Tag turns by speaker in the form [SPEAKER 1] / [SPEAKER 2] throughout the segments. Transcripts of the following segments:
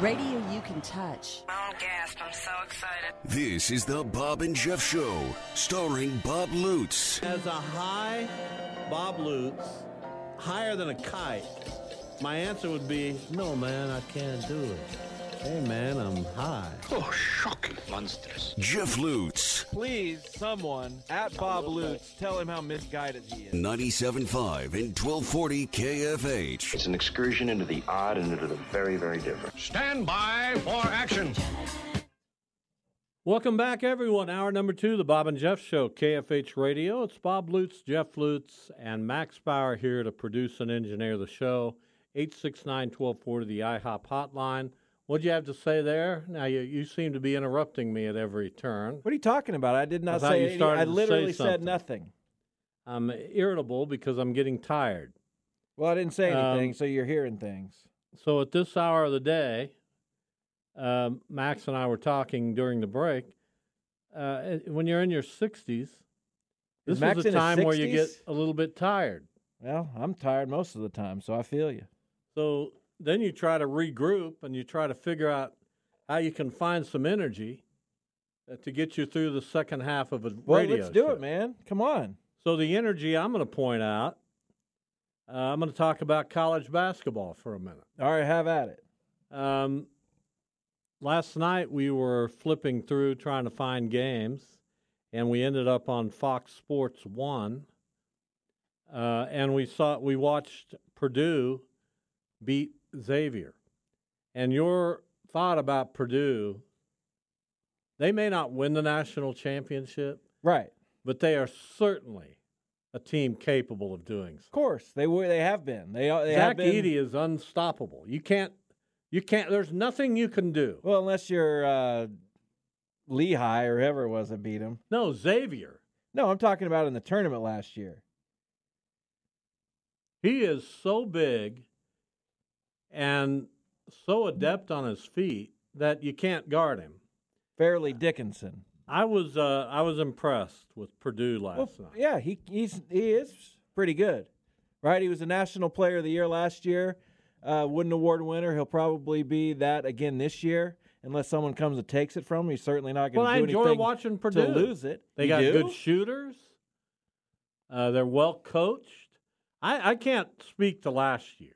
[SPEAKER 1] Radio you can touch.
[SPEAKER 2] I'm gassed. Oh, I'm so excited.
[SPEAKER 3] This is the Bob and Jeff Show, starring Bob Lutz.
[SPEAKER 4] As a high Bob Lutz, higher than a kite. My answer would be, no, man, I can't do it. Hey, man, I'm high.
[SPEAKER 3] Oh, shocking. Monstrous. Jeff Lutz.
[SPEAKER 5] Please, someone at Bob Lutz, tell him how misguided he is.
[SPEAKER 3] 97.5 and 1240 KFH.
[SPEAKER 6] It's an excursion into the odd and into the very, very different.
[SPEAKER 7] Stand by for action.
[SPEAKER 4] Welcome back, everyone. Hour number two, the Bob and Jeff Show, KFH Radio. It's Bob Lutz, Jeff Lutz, and Max Bauer here to produce and engineer the show. 869 1240, the IHOP hotline. What'd you have to say there? Now, you, you seem to be interrupting me at every turn.
[SPEAKER 5] What are you talking about? I did not
[SPEAKER 4] I
[SPEAKER 5] say
[SPEAKER 4] you
[SPEAKER 5] any-
[SPEAKER 4] started
[SPEAKER 5] I
[SPEAKER 4] to
[SPEAKER 5] literally
[SPEAKER 4] say
[SPEAKER 5] said
[SPEAKER 4] something.
[SPEAKER 5] nothing.
[SPEAKER 4] I'm irritable because I'm getting tired.
[SPEAKER 5] Well, I didn't say anything,
[SPEAKER 4] Um,
[SPEAKER 5] so you're hearing things.
[SPEAKER 4] So at this hour of the day, um, Max and I were talking during the break. Uh, it- when you're in your 60s, this is,
[SPEAKER 5] Max
[SPEAKER 4] a
[SPEAKER 5] in his
[SPEAKER 4] time where you get
[SPEAKER 5] 60s?
[SPEAKER 4] a little bit tired.
[SPEAKER 5] Well, I'm tired most of the time, so I feel you.
[SPEAKER 4] So then you try to regroup and you try to figure out how you can find some energy uh, to get you through the second half of a
[SPEAKER 5] Well,
[SPEAKER 4] radio
[SPEAKER 5] let's do
[SPEAKER 4] show.
[SPEAKER 5] it, man. Come on.
[SPEAKER 4] So the energy I'm going to point out, uh, I'm going to talk about college basketball for a minute.
[SPEAKER 5] All right, have at it.
[SPEAKER 4] Um, last night we were flipping through trying to find games, and we ended up on Fox Sports One, uh, and we saw we watched Purdue beat Xavier, and your thought about Purdue. They may not win the national championship,
[SPEAKER 5] Right.
[SPEAKER 4] but they are certainly a team capable of doing
[SPEAKER 5] Of
[SPEAKER 4] so.
[SPEAKER 5] course, they were. They have been. They, they have
[SPEAKER 4] Zach
[SPEAKER 5] been.
[SPEAKER 4] Eady is unstoppable. You can't, you can't. There's nothing you can do.
[SPEAKER 5] Well, unless you're uh, Lehigh or whoever it was that beat him.
[SPEAKER 4] No, Xavier.
[SPEAKER 5] No, I'm talking about in the tournament last year.
[SPEAKER 4] He is so big and so adept on his feet that you can't guard him.
[SPEAKER 5] Fairleigh Dickinson.
[SPEAKER 4] I was, uh, I was impressed with Purdue last
[SPEAKER 5] Well,
[SPEAKER 4] night.
[SPEAKER 5] yeah, he he's he is pretty good, right? He was a national player of the year last year, uh, Wooden Award winner. He'll probably be that again this year, unless someone comes and takes it from him. He's certainly not going
[SPEAKER 4] Well,
[SPEAKER 5] to
[SPEAKER 4] I
[SPEAKER 5] do
[SPEAKER 4] enjoy
[SPEAKER 5] anything
[SPEAKER 4] watching
[SPEAKER 5] to
[SPEAKER 4] Purdue
[SPEAKER 5] lose it.
[SPEAKER 4] They
[SPEAKER 5] You
[SPEAKER 4] got
[SPEAKER 5] do?
[SPEAKER 4] good shooters. Uh, they're well coached. I, I can't speak to last year.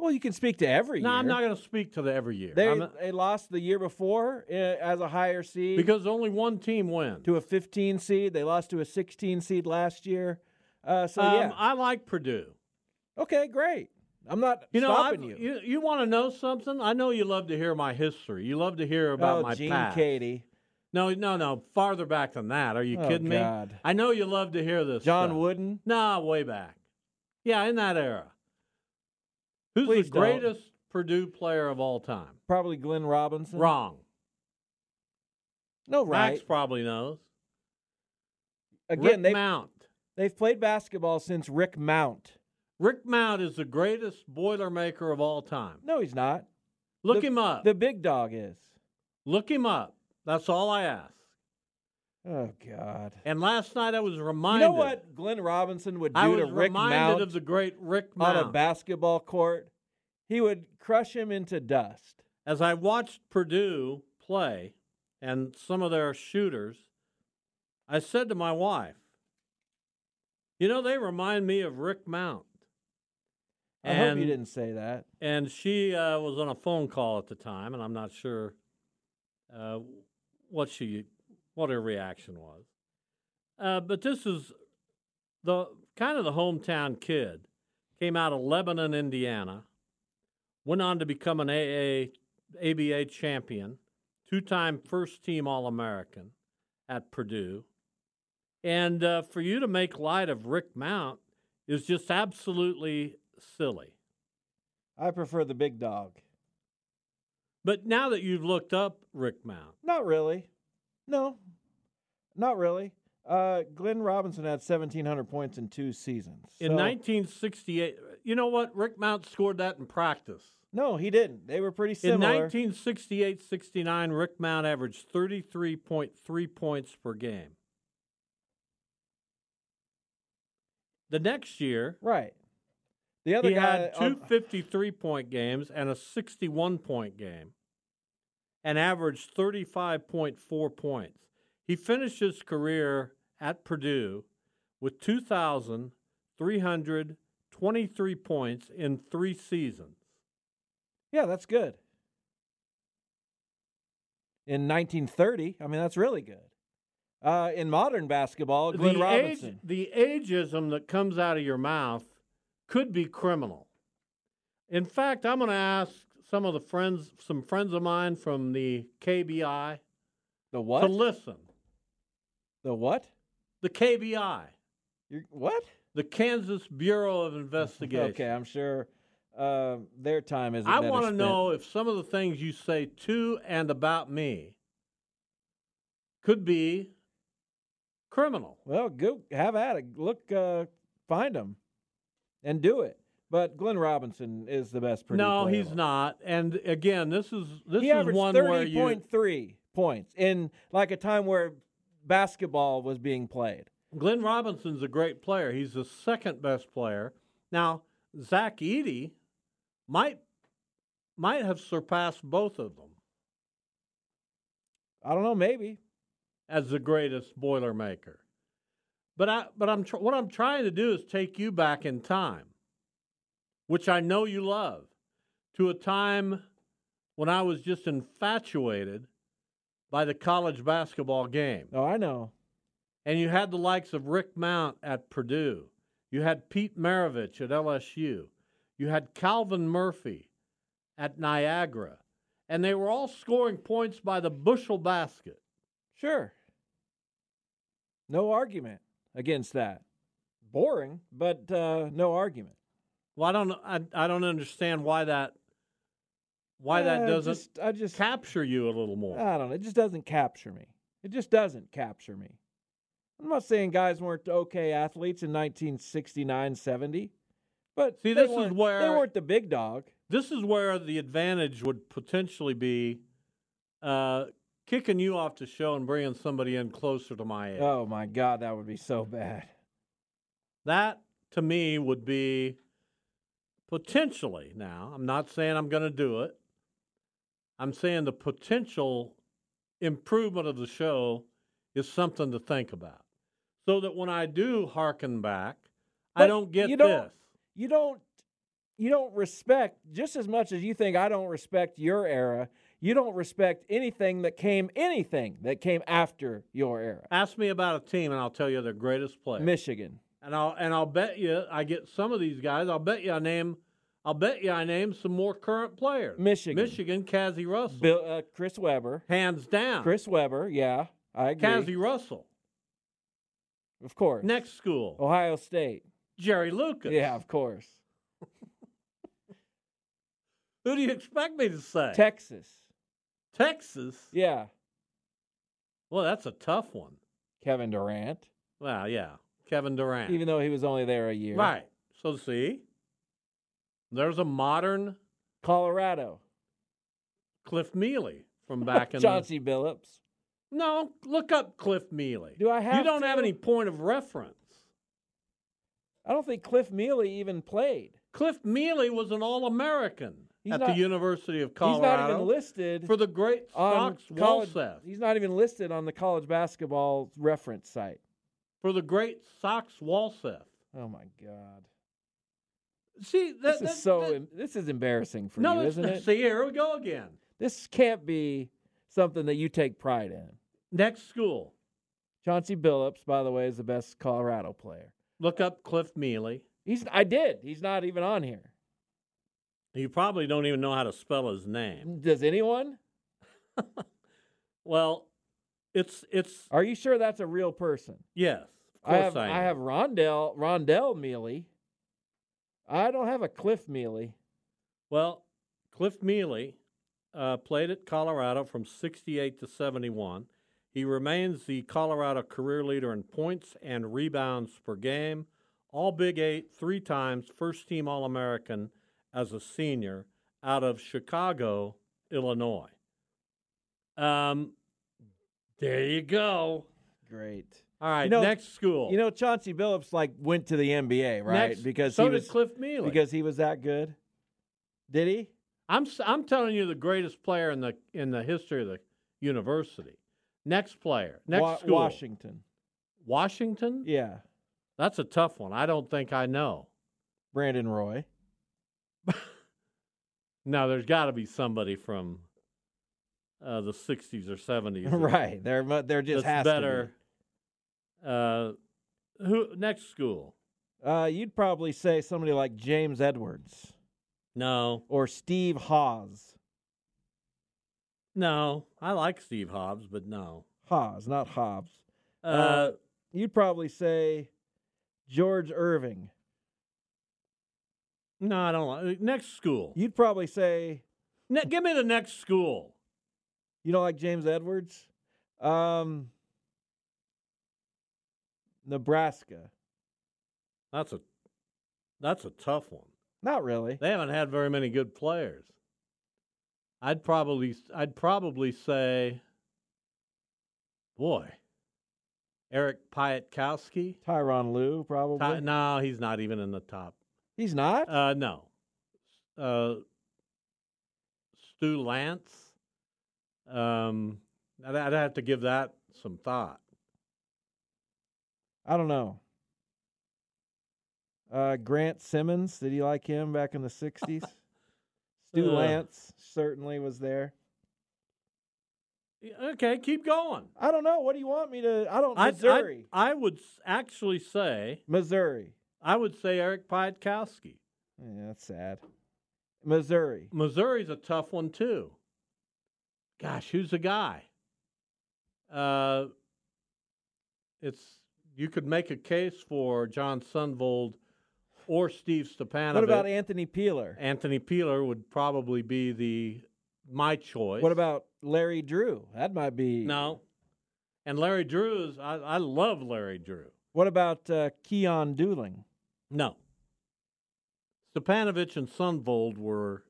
[SPEAKER 5] Well, you can speak to every
[SPEAKER 4] No,
[SPEAKER 5] year.
[SPEAKER 4] I'm not going to speak to the every year.
[SPEAKER 5] They
[SPEAKER 4] I'm not-
[SPEAKER 5] they lost the year before uh, as a higher seed
[SPEAKER 4] because only one team wins.
[SPEAKER 5] to a 15 seed. They lost to a 16 seed last year. Uh, so
[SPEAKER 4] um,
[SPEAKER 5] yeah,
[SPEAKER 4] I like Purdue.
[SPEAKER 5] okay, great. I'm not
[SPEAKER 4] You know,
[SPEAKER 5] stopping
[SPEAKER 4] I've-
[SPEAKER 5] you.
[SPEAKER 4] you, want to know something? I know you love to hear my history. You love to hear about
[SPEAKER 5] oh,
[SPEAKER 4] my
[SPEAKER 5] Gene
[SPEAKER 4] past.
[SPEAKER 5] Katie.
[SPEAKER 4] No, no, no. Farther back than that. Are you
[SPEAKER 5] Oh,
[SPEAKER 4] kidding me?
[SPEAKER 5] God.
[SPEAKER 4] I know you love to hear this.
[SPEAKER 5] John
[SPEAKER 4] stuff.
[SPEAKER 5] Wooden.
[SPEAKER 4] Nah, way back. Yeah, in that era. Who's
[SPEAKER 5] Please
[SPEAKER 4] the
[SPEAKER 5] don't.
[SPEAKER 4] greatest Purdue player of all time?
[SPEAKER 5] Probably Glenn Robinson.
[SPEAKER 4] Wrong.
[SPEAKER 5] No, right.
[SPEAKER 4] Max probably knows.
[SPEAKER 5] Again,
[SPEAKER 4] Rick
[SPEAKER 5] they've,
[SPEAKER 4] Mount.
[SPEAKER 5] they've played basketball since Rick Mount.
[SPEAKER 4] Rick Mount is the greatest Boilermaker of all time.
[SPEAKER 5] No, he's not.
[SPEAKER 4] Look
[SPEAKER 5] The-
[SPEAKER 4] him up.
[SPEAKER 5] The big dog is.
[SPEAKER 4] Look him up. That's all I ask.
[SPEAKER 5] Oh, God.
[SPEAKER 4] And last night I was
[SPEAKER 5] You
[SPEAKER 4] reminded.
[SPEAKER 5] know what Glenn Robinson would do
[SPEAKER 4] I was
[SPEAKER 5] to Rick
[SPEAKER 4] reminded
[SPEAKER 5] Mount
[SPEAKER 4] of the great Rick
[SPEAKER 5] on
[SPEAKER 4] Mount
[SPEAKER 5] a basketball court? He would crush him into dust.
[SPEAKER 4] as I watched Purdue play and some of their shooters. I said to my wife, "You know, they remind me of Rick Mount."
[SPEAKER 5] I hope you didn't say that.
[SPEAKER 4] And she uh, was on a phone call at the time, and I'm not sure uh, what she what her reaction was. Uh, but this is the kind of the hometown kid came out of Lebanon, Indiana, went on to become an AA ABA champion, two-time first-team All-American at Purdue, and uh, for you to make light of Rick Mount is just absolutely silly.
[SPEAKER 5] I prefer the big dog.
[SPEAKER 4] But now that you've looked up Rick Mount,
[SPEAKER 5] Not really. No, not really. Uh, Glenn Robinson had 1,700 points in two seasons.
[SPEAKER 4] in
[SPEAKER 5] So-
[SPEAKER 4] 1968, you know what? Rick Mount scored that in practice.
[SPEAKER 5] No, he didn't. They were pretty similar.
[SPEAKER 4] In 1968 69, Rick Mount averaged 33.3 points per game. The next year,
[SPEAKER 5] right. The other
[SPEAKER 4] he
[SPEAKER 5] guy
[SPEAKER 4] had two
[SPEAKER 5] on-
[SPEAKER 4] 53 point games and a 61 point game and averaged 35.4 points. He finished his career at Purdue with 2,323 points in three seasons.
[SPEAKER 5] Yeah, that's good. In 1930, I mean that's really good. Uh, in modern basketball, Glenn
[SPEAKER 4] the
[SPEAKER 5] Robinson.
[SPEAKER 4] Age, the ageism that comes out of your mouth could be criminal. In fact, I'm going to ask some of the friends, some friends of mine from the KBI,
[SPEAKER 5] the
[SPEAKER 4] to
[SPEAKER 5] what?
[SPEAKER 4] listen.
[SPEAKER 5] the what?
[SPEAKER 4] The KBI,
[SPEAKER 5] You're, what?
[SPEAKER 4] the Kansas Bureau of Investigation.
[SPEAKER 5] Okay, I'm sure uh, their time is.
[SPEAKER 4] I want to know if some of the things you say to and about me could be criminal.
[SPEAKER 5] Well, go have at it. Look, uh, find them, and do it. But Glenn Robinson is the best. Purdue
[SPEAKER 4] no,
[SPEAKER 5] player
[SPEAKER 4] he's
[SPEAKER 5] alive.
[SPEAKER 4] not. And again, this is this
[SPEAKER 5] he
[SPEAKER 4] is
[SPEAKER 5] averaged
[SPEAKER 4] one where
[SPEAKER 5] thirty
[SPEAKER 4] you
[SPEAKER 5] point three points in like a time where basketball was being played.
[SPEAKER 4] Glenn Robinson's a great player. He's the second best player. Now, Zach Eady might might have surpassed both of them
[SPEAKER 5] I don't know, maybe.
[SPEAKER 4] as the greatest Boilermaker. But I but I'm tr- what I'm trying to do is take you back in time, which I know you love, to a time when I was just infatuated by the college basketball game.
[SPEAKER 5] Oh, I know.
[SPEAKER 4] And you had the likes of Rick Mount at Purdue. You had Pete Maravich at LSU. You had Calvin Murphy at Niagara. And they were all scoring points by the bushel basket.
[SPEAKER 5] Sure. No argument against that. Boring, but uh, no argument.
[SPEAKER 4] Well, I don't I, I don't understand why that why
[SPEAKER 5] Uh,
[SPEAKER 4] that doesn't
[SPEAKER 5] just- I just
[SPEAKER 4] capture you a little more.
[SPEAKER 5] I don't know. It just doesn't capture me. It just doesn't capture me. I'm not saying guys weren't okay athletes in 1969, 70, but
[SPEAKER 4] See,
[SPEAKER 5] they
[SPEAKER 4] this is
[SPEAKER 5] weren't- they
[SPEAKER 4] where-
[SPEAKER 5] weren't the big dog.
[SPEAKER 4] this is where the advantage would potentially be uh, kicking you off the show and bringing somebody in closer to my age.
[SPEAKER 5] Oh my God, that would be so bad.
[SPEAKER 4] That to me would be potentially now. I'm not saying I'm going to do it. I'm saying the potential improvement of the show is something to think about. So that when I do hearken back, I
[SPEAKER 5] But
[SPEAKER 4] don't get
[SPEAKER 5] you don't-
[SPEAKER 4] this.
[SPEAKER 5] You don't, you don't respect just as much as you think I don't respect your era. You don't respect anything that came, anything that came after your era.
[SPEAKER 4] Ask me about a team and I'll tell you their greatest player.
[SPEAKER 5] Michigan.
[SPEAKER 4] And I'll and I'll bet you I get some of these guys. I'll bet you I name I'll bet you I name some more current players.
[SPEAKER 5] Michigan.
[SPEAKER 4] Michigan, Cassie Russell.
[SPEAKER 5] Bill, uh, Chris Webber.
[SPEAKER 4] Hands down.
[SPEAKER 5] Chris Webber, yeah, I agree.
[SPEAKER 4] Cassie Russell.
[SPEAKER 5] Of course.
[SPEAKER 4] Next school.
[SPEAKER 5] Ohio State.
[SPEAKER 4] Jerry Lucas.
[SPEAKER 5] Yeah, of course.
[SPEAKER 4] Who do you expect me to say?
[SPEAKER 5] Texas.
[SPEAKER 4] Texas.
[SPEAKER 5] Yeah.
[SPEAKER 4] Well, that's a tough one.
[SPEAKER 5] Kevin Durant.
[SPEAKER 4] Well, yeah. Kevin Durant.
[SPEAKER 5] Even though he was only there a year.
[SPEAKER 4] Right. So see, there's a modern
[SPEAKER 5] Colorado.
[SPEAKER 4] Cliff Mealy from back in the
[SPEAKER 5] Chauncey Billups.
[SPEAKER 4] No, look up Cliff Mealy.
[SPEAKER 5] Do I
[SPEAKER 4] You
[SPEAKER 5] have
[SPEAKER 4] don't have
[SPEAKER 5] to?
[SPEAKER 4] any point of reference.
[SPEAKER 5] I don't think Cliff Mealy even played.
[SPEAKER 4] Cliff Mealy was an All-American
[SPEAKER 5] He's
[SPEAKER 4] at the
[SPEAKER 5] not-
[SPEAKER 4] University of
[SPEAKER 5] He's not
[SPEAKER 4] Colorado
[SPEAKER 5] even listed
[SPEAKER 4] for the great
[SPEAKER 5] on
[SPEAKER 4] Fox
[SPEAKER 5] college.
[SPEAKER 4] Wulseth.
[SPEAKER 5] He's not even listed on the college basketball reference site.
[SPEAKER 4] For the great Sox Walseth.
[SPEAKER 5] Oh my God.
[SPEAKER 4] See, that,
[SPEAKER 5] this is
[SPEAKER 4] that-
[SPEAKER 5] so
[SPEAKER 4] that-
[SPEAKER 5] em- this is embarrassing for
[SPEAKER 4] no,
[SPEAKER 5] you,
[SPEAKER 4] it's
[SPEAKER 5] isn't
[SPEAKER 4] not.
[SPEAKER 5] it?
[SPEAKER 4] See, here we go again.
[SPEAKER 5] This can't be something that you take pride in.
[SPEAKER 4] Next school,
[SPEAKER 5] Chauncey Billups, by the way, is the best Colorado player.
[SPEAKER 4] look up Cliff Mealy.
[SPEAKER 5] He's I did. He's not even on here.
[SPEAKER 4] You probably don't even know how to spell his name.
[SPEAKER 5] Mm, Does anyone?
[SPEAKER 4] Well, it's it's
[SPEAKER 5] Are you sure that's a real person?
[SPEAKER 4] yes. Of
[SPEAKER 5] I
[SPEAKER 4] course
[SPEAKER 5] have
[SPEAKER 4] I,
[SPEAKER 5] I,
[SPEAKER 4] am.
[SPEAKER 5] have Rondell Rondell Mealy. I don't have a Cliff Mealy.
[SPEAKER 4] Well, Cliff Mealy uh, played at Colorado from 68 to 71. He remains the Colorado career leader in points and rebounds per game, all Big Eight, three times, first team All American as a senior out of Chicago, Illinois. Um, there you go.
[SPEAKER 5] Great.
[SPEAKER 4] All right,
[SPEAKER 5] You know-
[SPEAKER 4] next school.
[SPEAKER 5] You know, Chauncey Billups like went to the NBA, right?
[SPEAKER 4] Next-
[SPEAKER 5] because
[SPEAKER 4] so
[SPEAKER 5] he
[SPEAKER 4] did
[SPEAKER 5] was
[SPEAKER 4] Cliff Mealy.
[SPEAKER 5] Because he was that good. Did he?
[SPEAKER 4] I'm s- I'm telling you the greatest player in the in the history of the university. Next player, next
[SPEAKER 5] Wa-
[SPEAKER 4] school,
[SPEAKER 5] Washington.
[SPEAKER 4] Washington?
[SPEAKER 5] Yeah.
[SPEAKER 4] That's a tough one. I don't think I know.
[SPEAKER 5] Brandon Roy.
[SPEAKER 4] No, there's got to be somebody from uh, the '60s or '70s, that-
[SPEAKER 5] right. There mu- there just
[SPEAKER 4] that's
[SPEAKER 5] has
[SPEAKER 4] better. Uh, who next school?
[SPEAKER 5] to be. Uh, you'd probably say somebody like James Edwards
[SPEAKER 4] No,
[SPEAKER 5] or Steve Hawes.
[SPEAKER 4] no. I like Steve Hobbs, but no.
[SPEAKER 5] Hawes, not Hobbs.
[SPEAKER 4] Uh,
[SPEAKER 5] Uh, You'd probably say George Irving.
[SPEAKER 4] no, I don't like uh, next school.
[SPEAKER 5] You'd probably say
[SPEAKER 4] Ne- give me the next school.
[SPEAKER 5] you don't like James Edwards. Um, Nebraska.
[SPEAKER 4] That's a that's a tough one.
[SPEAKER 5] Not really.
[SPEAKER 4] They haven't had very many good players. I'd probably I'd probably say, boy, Eric Pietkowski.
[SPEAKER 5] Tyron Lou probably.
[SPEAKER 4] Ty, no, he's not even in the top.
[SPEAKER 5] He's not.
[SPEAKER 4] Uh, no, uh, Stu Lance. Um, I'd, I'd have to give that some thought.
[SPEAKER 5] I don't know. Uh, Grant Simmons. Did he like him back in the '60s? Stu
[SPEAKER 4] Ugh.
[SPEAKER 5] Lance certainly was there.
[SPEAKER 4] Okay, keep going.
[SPEAKER 5] I don't know. What do you want me to? I don't.
[SPEAKER 4] I'd-
[SPEAKER 5] Missouri.
[SPEAKER 4] I'd, I would s- actually say
[SPEAKER 5] Missouri.
[SPEAKER 4] I would say Eric Pietkowski.
[SPEAKER 5] Yeah, that's sad. Missouri.
[SPEAKER 4] Missouri's a tough one too. Gosh, who's the guy? Uh, it's you could make a case for John Sunvold or Steve Stepanovic.
[SPEAKER 5] What about Anthony Peeler?
[SPEAKER 4] Anthony Peeler? Would probably be the my choice.
[SPEAKER 5] What about Larry Drew? That might be.
[SPEAKER 4] no? And Larry Drew is I, I love Larry Drew.
[SPEAKER 5] What about uh, Keon Dooling?
[SPEAKER 4] No. Stepanovich and Sunvold were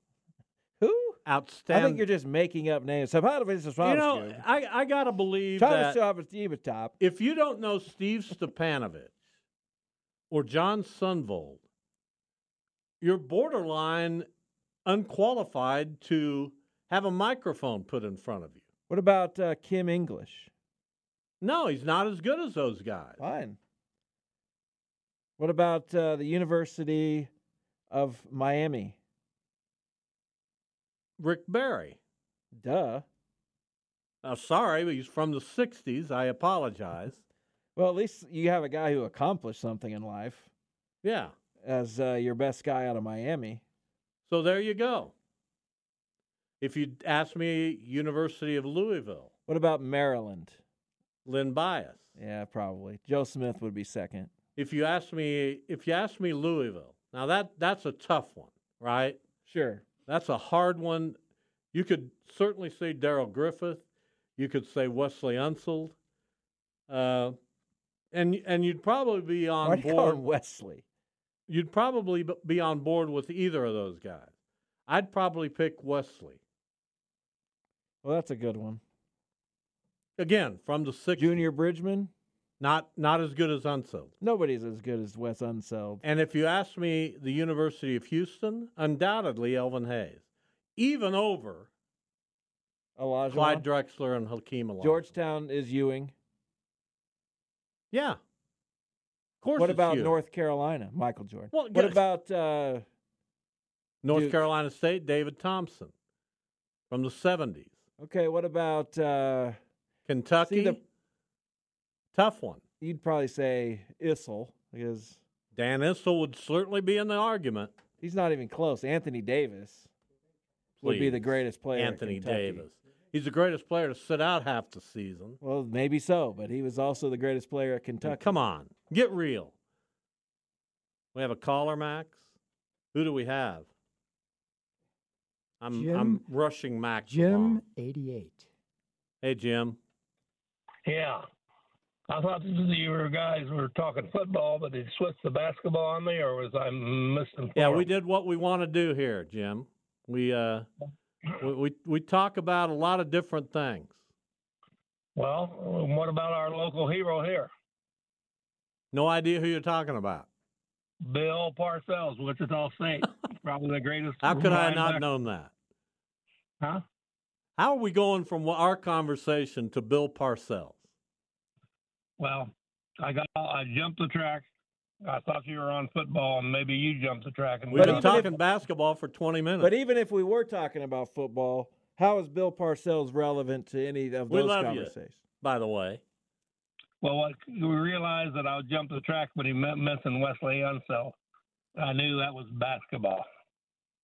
[SPEAKER 5] Who?
[SPEAKER 4] outstanding.
[SPEAKER 5] I think you're just making up names. Sapatovich is
[SPEAKER 4] you know, I, I gotta believe that
[SPEAKER 5] top.
[SPEAKER 4] if you don't know Steve Stepanovich or John Sunvold, you're borderline unqualified to have a microphone put in front of you.
[SPEAKER 5] What about uh, Kim English?
[SPEAKER 4] No, he's not as good as those guys.
[SPEAKER 5] Fine. What about uh, the University of Miami?
[SPEAKER 4] Rick Barry.
[SPEAKER 5] Duh.
[SPEAKER 4] Uh, sorry, but he's from the 60s. I apologize.
[SPEAKER 5] Well, at least you have a guy who accomplished something in life
[SPEAKER 4] Yeah.
[SPEAKER 5] as uh, your best guy out of Miami.
[SPEAKER 4] So there you go. If you ask me, University of Louisville,
[SPEAKER 5] What about Maryland?
[SPEAKER 4] Lynn Bias.
[SPEAKER 5] Yeah, probably. Joe Smith would be second.
[SPEAKER 4] If you ask me, if you ask me, Louisville. Now that that's a tough one, right?
[SPEAKER 5] Sure.
[SPEAKER 4] That's a hard one. You could certainly say Daryl Griffith. You could say Wesley Unseld. Uh, and and you'd probably be on
[SPEAKER 5] Why do you call him
[SPEAKER 4] board.
[SPEAKER 5] Wesley?
[SPEAKER 4] You'd probably b- be on board with either of those guys. I'd probably pick Wesley
[SPEAKER 5] Well, that's a good one.
[SPEAKER 4] again from the six.
[SPEAKER 5] Junior Bridgman.
[SPEAKER 4] Not not as good as Unseld.
[SPEAKER 5] Nobody's as good as Wes Unseld.
[SPEAKER 4] And if you ask me, the University of Houston, undoubtedly Elvin Hayes, even over
[SPEAKER 5] Elijah.
[SPEAKER 4] Clyde Drexler and Hakeem Olajuwon.
[SPEAKER 5] Georgetown is Ewing.
[SPEAKER 4] yeah, of course.
[SPEAKER 5] What
[SPEAKER 4] it's
[SPEAKER 5] about
[SPEAKER 4] you.
[SPEAKER 5] North Carolina? Michael Jordan.
[SPEAKER 4] Well,
[SPEAKER 5] what
[SPEAKER 4] yeah.
[SPEAKER 5] about uh,
[SPEAKER 4] North Duke. Carolina State, David Thompson from the 70s.
[SPEAKER 5] Okay, what about uh,
[SPEAKER 4] Kentucky? The, tough one.
[SPEAKER 5] You'd probably say Issel because
[SPEAKER 4] Dan Issel would certainly be in the argument.
[SPEAKER 5] He's not even close. Anthony Davis Please. would be the greatest player.
[SPEAKER 4] Anthony Davis. He's the greatest player to sit out half the season.
[SPEAKER 5] Well, maybe so, but he was also the greatest player at Kentucky. And
[SPEAKER 4] come on, get real. We have a caller, Max. Who do we have? I'm Jim, I'm rushing Max.
[SPEAKER 1] Jim, eighty eight.
[SPEAKER 4] Hey, Jim.
[SPEAKER 8] Yeah, I thought you guys were talking football, but did you switch the basketball on me, or was I missing?
[SPEAKER 4] Yeah, we did what we want to do here, Jim. We uh, we, we we talk about a lot of different things.
[SPEAKER 8] Well, what about our local hero here?
[SPEAKER 4] No idea who you're talking about.
[SPEAKER 8] Bill Parcells, Wichita State, probably the greatest.
[SPEAKER 4] How could I not back. known that?
[SPEAKER 8] Huh?
[SPEAKER 4] How are we going from our conversation to Bill Parcells?
[SPEAKER 8] Well, I got I jumped the track. I thought you were on football, and maybe you jumped the track. And
[SPEAKER 4] we've been talking if, basketball for twenty minutes.
[SPEAKER 5] But even if we were talking about football, how is Bill Parcells relevant to any of
[SPEAKER 4] we
[SPEAKER 5] those
[SPEAKER 4] love
[SPEAKER 5] conversations? You,
[SPEAKER 4] by the way,
[SPEAKER 8] well, what, we realized that I jumped the track when he met missing Wesley Unsell. I knew that was basketball.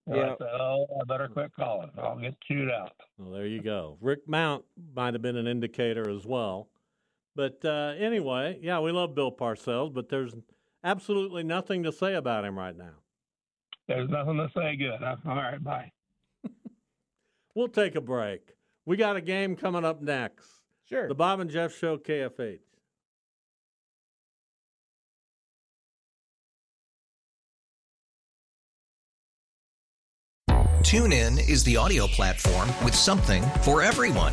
[SPEAKER 8] So yeah. I said, oh, I better quit calling. I'll get chewed out.
[SPEAKER 4] Well, there you go. Rick Mount might have been an indicator as well. But uh, anyway, yeah, we love Bill Parcells, but there's absolutely nothing to say about him right now.
[SPEAKER 8] There's nothing to say good. Huh? All right, bye.
[SPEAKER 4] we'll take a break. We got a game coming up next.
[SPEAKER 5] Sure.
[SPEAKER 4] The Bob and Jeff Show, KFH.
[SPEAKER 9] TuneIn is the audio platform with something for everyone.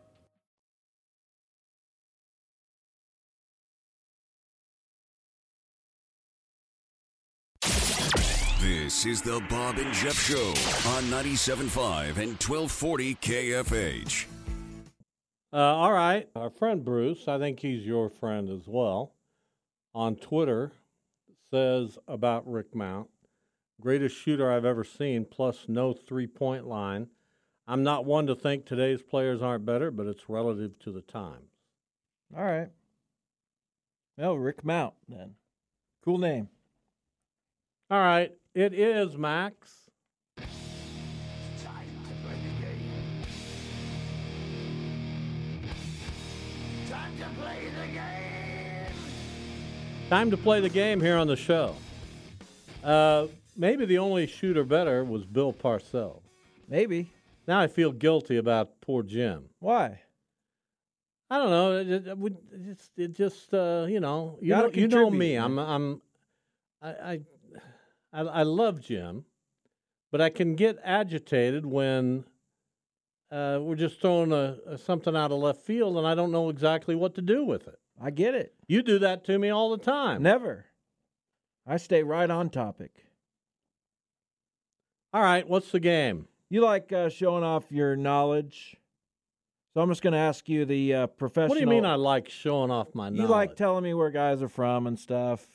[SPEAKER 3] This is the Bob and Jeff Show on 97.5 and 1240 KFH.
[SPEAKER 4] Uh, all right. Our friend Bruce, I think he's your friend as well, on Twitter says about Rick Mount greatest shooter I've ever seen, plus no three point line. I'm not one to think today's players aren't better, but it's relative to the times.
[SPEAKER 5] All right. Well, Rick Mount, then. Cool name.
[SPEAKER 4] All right. It is, Max. Time to play the game here on the show. Uh, maybe the only shooter better was Bill Parcells.
[SPEAKER 5] Maybe.
[SPEAKER 4] Now I feel guilty about poor Jim.
[SPEAKER 5] Why?
[SPEAKER 4] I don't know. It, it, it just, it just uh, you know, you, know, you know me. I'm, I'm, I, I I, I, love Jim, but I can get agitated when uh, we're just throwing a, a, something out of left field and I don't know exactly what to do with it.
[SPEAKER 5] I get it.
[SPEAKER 4] You do that to me all the time.
[SPEAKER 5] Never. I stay right on topic.
[SPEAKER 4] All right, what's the game?
[SPEAKER 5] You like uh, showing off your knowledge. So I'm just going to ask you the uh, professional.
[SPEAKER 4] What do you mean I like showing off my knowledge?
[SPEAKER 5] You like telling me where guys are from and stuff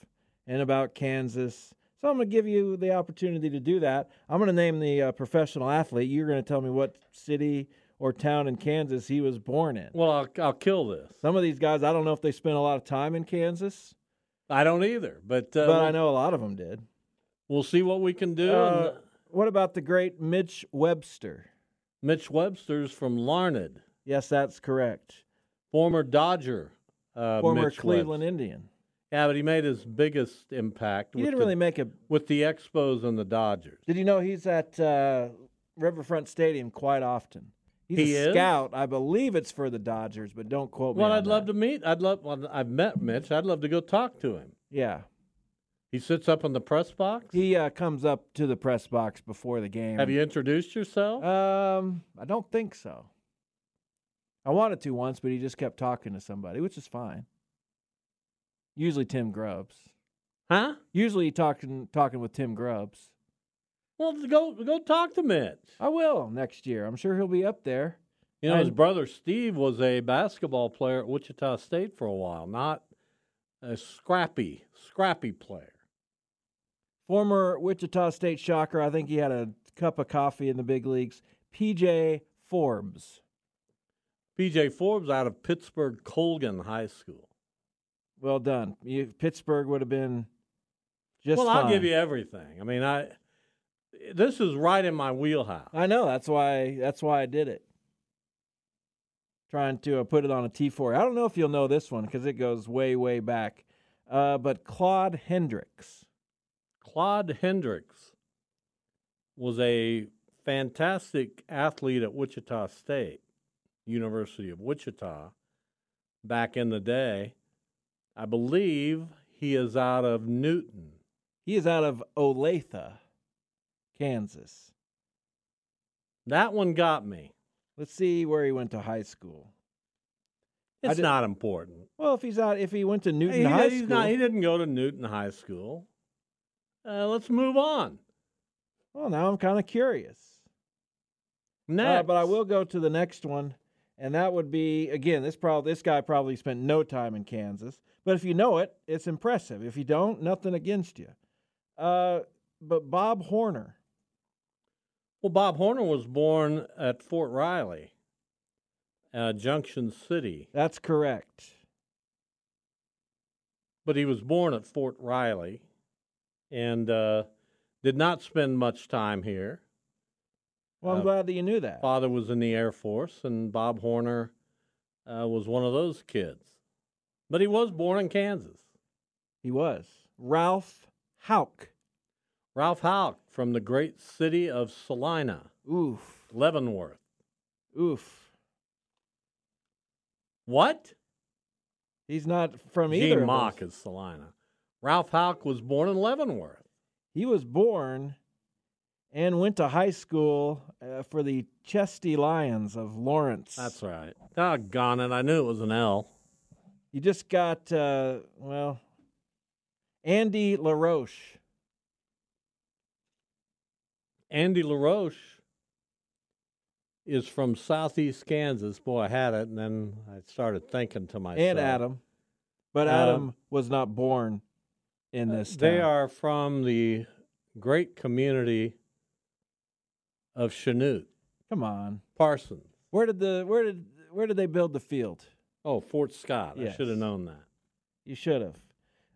[SPEAKER 5] and about Kansas. So I'm going to give you the opportunity to do that. I'm going to name the uh, professional athlete. You're going to tell me what city or town in Kansas he was born in.
[SPEAKER 4] Well, I'll, I'll, kill this.
[SPEAKER 5] Some of these guys, I don't know if they spent a lot of time in Kansas.
[SPEAKER 4] I don't either, but uh,
[SPEAKER 5] but I know a lot of them did.
[SPEAKER 4] We'll see what we can do. Uh,
[SPEAKER 5] what about the great Mitch Webster?
[SPEAKER 4] Mitch Webster's from Larned.
[SPEAKER 5] Yes, that's correct.
[SPEAKER 10] Former Dodger, uh,
[SPEAKER 5] Former
[SPEAKER 10] Mitch
[SPEAKER 5] Cleveland
[SPEAKER 10] Webb.
[SPEAKER 5] Indian.
[SPEAKER 10] Yeah, but he made his biggest impact.
[SPEAKER 5] He
[SPEAKER 10] with
[SPEAKER 5] didn't
[SPEAKER 10] the-
[SPEAKER 5] really make a.
[SPEAKER 10] with the Expos and the Dodgers.
[SPEAKER 5] Did you know he's at uh, Riverfront Stadium quite often? He's
[SPEAKER 10] He
[SPEAKER 5] a
[SPEAKER 10] is?
[SPEAKER 5] scout. I believe it's for the Dodgers, but don't quote
[SPEAKER 10] Well,
[SPEAKER 5] me. on
[SPEAKER 10] I'd
[SPEAKER 5] that.
[SPEAKER 10] love to meet. I'd love. Well, I've met Mitch. I'd love to go talk to him.
[SPEAKER 5] Yeah.
[SPEAKER 10] He sits up in the press box.
[SPEAKER 5] He uh, comes up to the press box before the game.
[SPEAKER 10] Have you introduced yourself?
[SPEAKER 5] Um, I don't think so. I wanted to once, but he just kept talking to somebody, which is fine. Usually Tim Grubbs.
[SPEAKER 10] Huh?
[SPEAKER 5] Usually talking talking with Tim Grubbs.
[SPEAKER 10] Well, go go talk to Mitch.
[SPEAKER 5] I will next year. I'm sure he'll be up there.
[SPEAKER 10] You know, his
[SPEAKER 5] And-
[SPEAKER 10] brother Steve was a basketball player at Wichita State for a while. Not a scrappy, scrappy player.
[SPEAKER 5] Former Wichita State Shocker. I think he had a cup of coffee in the big leagues. PJ Forbes.
[SPEAKER 10] P.J. Forbes out of Pittsburgh Colgan High School.
[SPEAKER 5] Well done. You, Pittsburgh would have been just
[SPEAKER 10] well, I'll give
[SPEAKER 5] fine.
[SPEAKER 10] you everything. I mean, I this is right in my wheelhouse.
[SPEAKER 5] I know that's why that's why I did it. Trying to uh, put it on a T4. I don't know if you'll know this one because it goes way way back. Uh, but Claude Hendricks.
[SPEAKER 10] Claude Hendricks was a fantastic athlete at Wichita State, University of Wichita, back in the day. I believe he is out of Newton.
[SPEAKER 5] He is out of Olathe, Kansas.
[SPEAKER 10] That one got me.
[SPEAKER 5] Let's see where he went to high school. I
[SPEAKER 10] It's
[SPEAKER 5] did-
[SPEAKER 10] not important.
[SPEAKER 5] Well, if he's out, if he went to Newton
[SPEAKER 10] He
[SPEAKER 5] High
[SPEAKER 10] did- he's
[SPEAKER 5] School,
[SPEAKER 10] not- he didn't go to Newton High School. Uh, let's move on.
[SPEAKER 5] well, now I'm kind of curious.
[SPEAKER 10] Next.
[SPEAKER 5] Uh, but I will go to the next one, and that would be again. This probably this guy probably spent no time in Kansas, but if you know it, it's impressive. If you don't, nothing against you. Uh, but Bob Horner,
[SPEAKER 10] Well, Bob Horner was born at Fort Riley, uh, Junction City,
[SPEAKER 5] that's correct.
[SPEAKER 10] but he was born at Fort Riley and uh, did not spend much time here.
[SPEAKER 5] Well, I'm
[SPEAKER 10] Uh,
[SPEAKER 5] glad that you knew that.
[SPEAKER 10] Father was in the Air Force, and Bob Horner uh, was one of those kids. But he was born in Kansas.
[SPEAKER 5] He was Ralph Houck.
[SPEAKER 10] Ralph Houck from the great city of Salina,
[SPEAKER 5] Oof,
[SPEAKER 10] Leavenworth.
[SPEAKER 5] oof.
[SPEAKER 10] What?
[SPEAKER 5] He's not from either.
[SPEAKER 10] Gene
[SPEAKER 5] of
[SPEAKER 10] Mock
[SPEAKER 5] those.
[SPEAKER 10] is Salina. Ralph Houck was born in Leavenworth.
[SPEAKER 5] He was born and went to high school uh, for the Chesty Lions of Lawrence.
[SPEAKER 10] That's right. Doggone it. I knew it was an L.
[SPEAKER 5] You just got uh, well, Andy LaRoche.
[SPEAKER 10] Andy LaRoche is from southeast Kansas. Boy, I had it, and then I started thinking to myself.
[SPEAKER 5] and Adam, but
[SPEAKER 10] Uh,
[SPEAKER 5] Adam was not born in this.
[SPEAKER 10] They
[SPEAKER 5] town.
[SPEAKER 10] are from the great community of Chanute,
[SPEAKER 5] Come on,
[SPEAKER 10] Parsons.
[SPEAKER 5] where did the where did where did they build the field?
[SPEAKER 10] Oh, Fort Scott.
[SPEAKER 5] Yes.
[SPEAKER 10] I should have known that.
[SPEAKER 5] You should have.